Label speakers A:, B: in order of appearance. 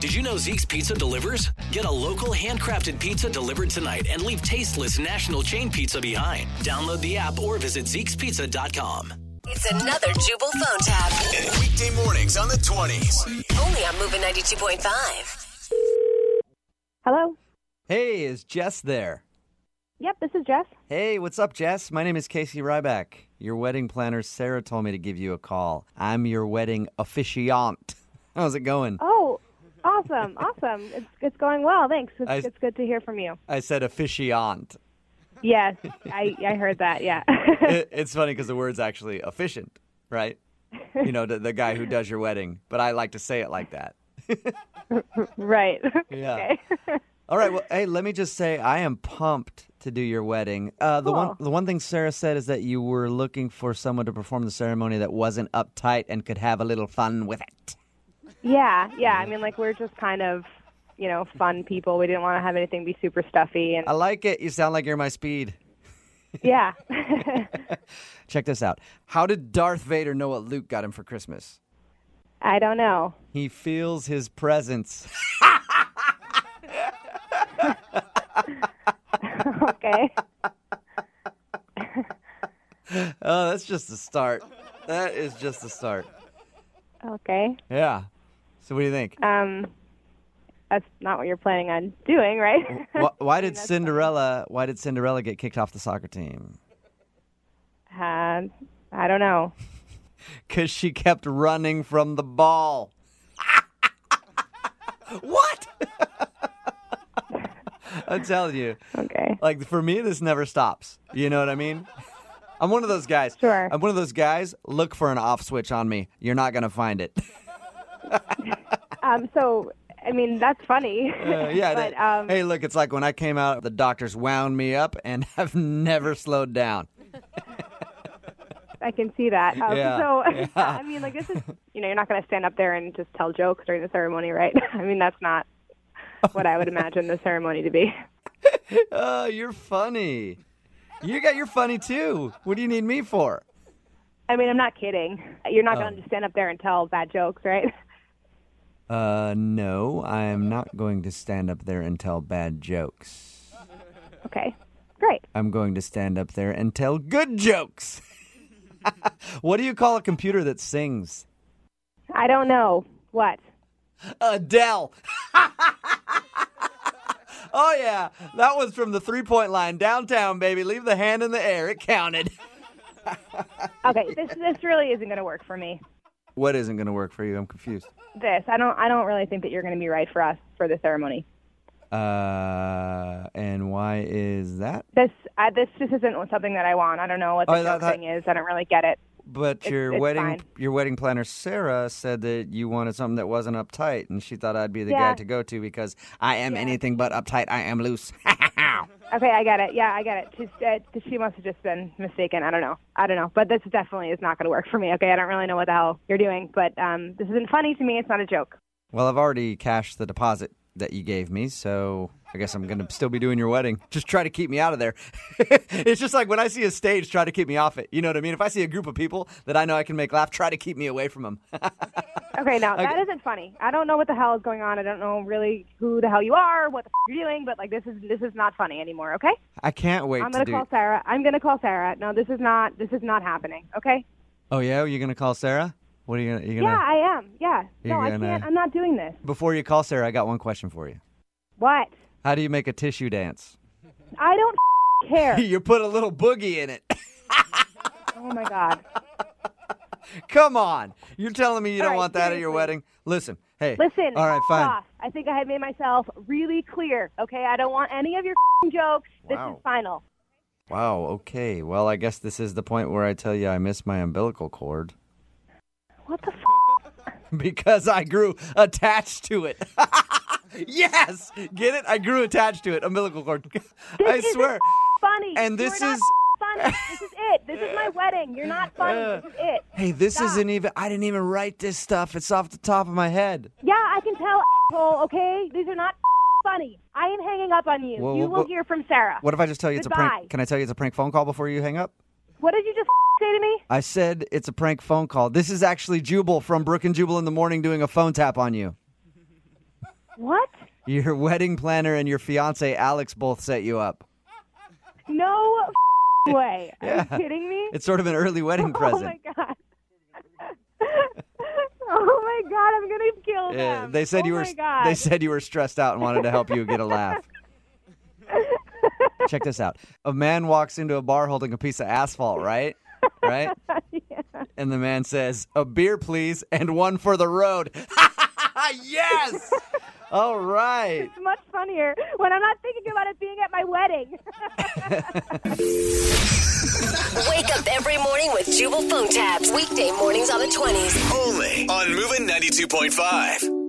A: Did you know Zeke's Pizza delivers? Get a local handcrafted pizza delivered tonight and leave tasteless national chain pizza behind. Download the app or visit Zeke'sPizza.com.
B: It's another Jubal phone tab.
C: Weekday mornings on the 20s.
B: Only on Moving 92.5.
D: Hello.
E: Hey, is Jess there?
D: Yep, this is Jess.
E: Hey, what's up, Jess? My name is Casey Ryback. Your wedding planner, Sarah, told me to give you a call. I'm your wedding officiant. How's it going?
D: Oh, awesome, awesome. It's it's going well. Thanks. It's,
E: I-
D: it's good to hear from you.
E: I said officiant.
D: Yes, I I heard that. Yeah.
E: It- it's funny because the word's actually efficient, right? You know, the, the guy who does your wedding, but I like to say it like that.
D: right.
E: Yeah. All right. Well, hey, let me just say I am pumped to do your wedding. Uh, the one
D: Cool.
E: the one thing Sarah said is that you were looking for someone to perform the ceremony that wasn't uptight and could have a little fun with it.
D: Yeah. Yeah. I mean, like we're just kind of, you know, fun people. We didn't want to have anything be super stuffy. And
E: I like it. You sound like you're my speed.
D: yeah.
E: Check this out. How did Darth Vader know what Luke got him for Christmas?
D: I don't know.
E: He feels his presence.
D: Okay.
E: Oh, that's just the start. That is just the start.
D: Okay.
E: Yeah. So what do you think?
D: Um, that's not what you're planning on doing, right?
E: Why, why did Cinderella? Why did Cinderella get kicked off the soccer team?
D: uh, I don't know.
E: Because she kept running from the ball. what? I'm telling you.
D: Okay.
E: Like for me, this never stops. You know what I mean? I'm one of those guys.
D: Sure.
E: I'm one of those guys. Look for an off switch on me. You're not gonna find it.
D: Um, so, I mean, that's funny.
E: Uh, yeah.
D: but,
E: that-
D: um,
E: hey, look. It's like when I came out, the doctors wound me up and have never slowed down.
D: I can see that. Um,
E: Yeah,
D: So,
E: yeah.
D: I mean, like, this is, you know, you're not going to stand up there and just tell jokes during the ceremony, right? I mean, that's not what I would imagine the ceremony to be.
E: Oh, you're funny. You got you're funny too. What do you need me for?
D: I mean, I'm not kidding. You're
E: Oh.
D: not going to stand up there and tell bad jokes, right?
E: Uh, no, I am not going to stand up there and tell bad jokes.
D: Okay. Great.
E: I'm going to stand up there and tell good jokes. what do you call a computer that sings?
D: I don't know what.
E: Adele. oh yeah, that was from the three-point line downtown, baby. Leave the hand in the air. It counted.
D: Okay, this this really isn't going to work for me.
E: What isn't going to work for you? I'm confused.
D: This I don't I don't really think that you're going to be right for us for the ceremony.
E: Uh, and why is that?
D: This I, this just isn't something that I want. I don't know what the
E: Oh, that-
D: joke
E: that-
D: thing is. I don't really get it.
E: But
D: It's-
E: your
D: it's
E: wedding
D: fine.
E: your wedding planner Sarah said that you wanted something that wasn't uptight, and she thought I'd be the guy
D: Yeah.
E: to go to because I am anything but uptight. I am loose.
D: Okay, I get it. Yeah, I get it. She's, uh, she must have just been mistaken. I don't know. I don't know. But this definitely is not going to work for me. Okay, I don't really know what the hell you're doing, but um, this isn't funny to me. It's not a joke.
E: well, I've already cashed the deposit that you gave me, so I guess I'm gonna still be doing your wedding. Just try to keep me out of there. it's just like when I see a stage, try to keep me off it. You know what I mean? If I see a group of people that I know I can make laugh, try to keep me away from them.
D: Okay, now that isn't funny. I don't know what the hell is going on. I don't know really who the hell you are, what the f- you're doing, but like this is this is not funny anymore. Okay,
E: I can't wait
D: I'm
E: to
D: gonna
E: do.
D: call Sarah. I'm gonna call Sarah. No, this is not this is not happening. Okay.
E: oh yeah, you're gonna call Sarah? What are you gonna? You're
D: Yeah,
E: gonna
D: I am. Yeah.
E: You're
D: No, I
E: gonna-
D: can't. I'm not doing this.
E: Before you call Sarah, I got one question for you.
D: What?
E: How do you make a tissue dance?
D: I don't f- care.
E: you put a little boogie in it.
D: oh my god.
E: Come on. You're telling me you don't
D: right,
E: want that at your
D: seriously.
E: wedding? Listen, hey.
D: Listen,
E: All right,
D: fuck
E: fine.
D: off. I think I have made myself really clear. Okay, I don't want any of your fing jokes. This is final.
E: Wow, okay. Well, I guess this is the point where I tell you I miss my umbilical cord
D: What the f?
E: because I grew attached to it. yes. Get it? I grew attached to it. Umbilical cord. I
D: isn't
E: swear.
D: Funny.
E: And
D: You are
E: this
D: not
E: is-
D: funny. This is it. This is my wedding. You're not funny. this is it.
E: Uh, Hey, this
D: Stop.
E: isn't even I didn't even write this stuff. It's off the top of my head.
D: Yeah, I can tell, asshole. Okay, these are not funny. I am hanging up on you.
E: Whoa,
D: you
E: whoa,
D: will
E: whoa.
D: hear from Sarah.
E: What if I just tell you it's a
D: Goodbye.
E: prank? Can I tell you it's a prank phone call before you hang up?
D: What did you just say to me?
E: I said it's a prank phone call. This is actually Jubal from Brook and Jubal in the morning doing a phone tap on you.
D: What?
E: Your wedding planner and your fiance Alex both set you up.
D: No f***ing way. Are
E: Yeah.
D: you kidding me?
E: It's sort of an early wedding
D: oh
E: present.
D: my god. oh my god, I'm gonna kill
E: Yeah,
D: them.
E: they said
D: oh
E: you
D: my
E: were
D: God.
E: they said you were stressed out and wanted to help you get a laugh. Check this out. A man walks into a bar holding a piece of asphalt, right? Right? And the man says, "A beer, please, and one for the road." yes. All right.
D: It's much funnier when I'm not thinking about it being at my wedding.
B: Wake up every morning with Jubal phone tabs. Weekday mornings on the 20s.
C: Only on Moving 92.5.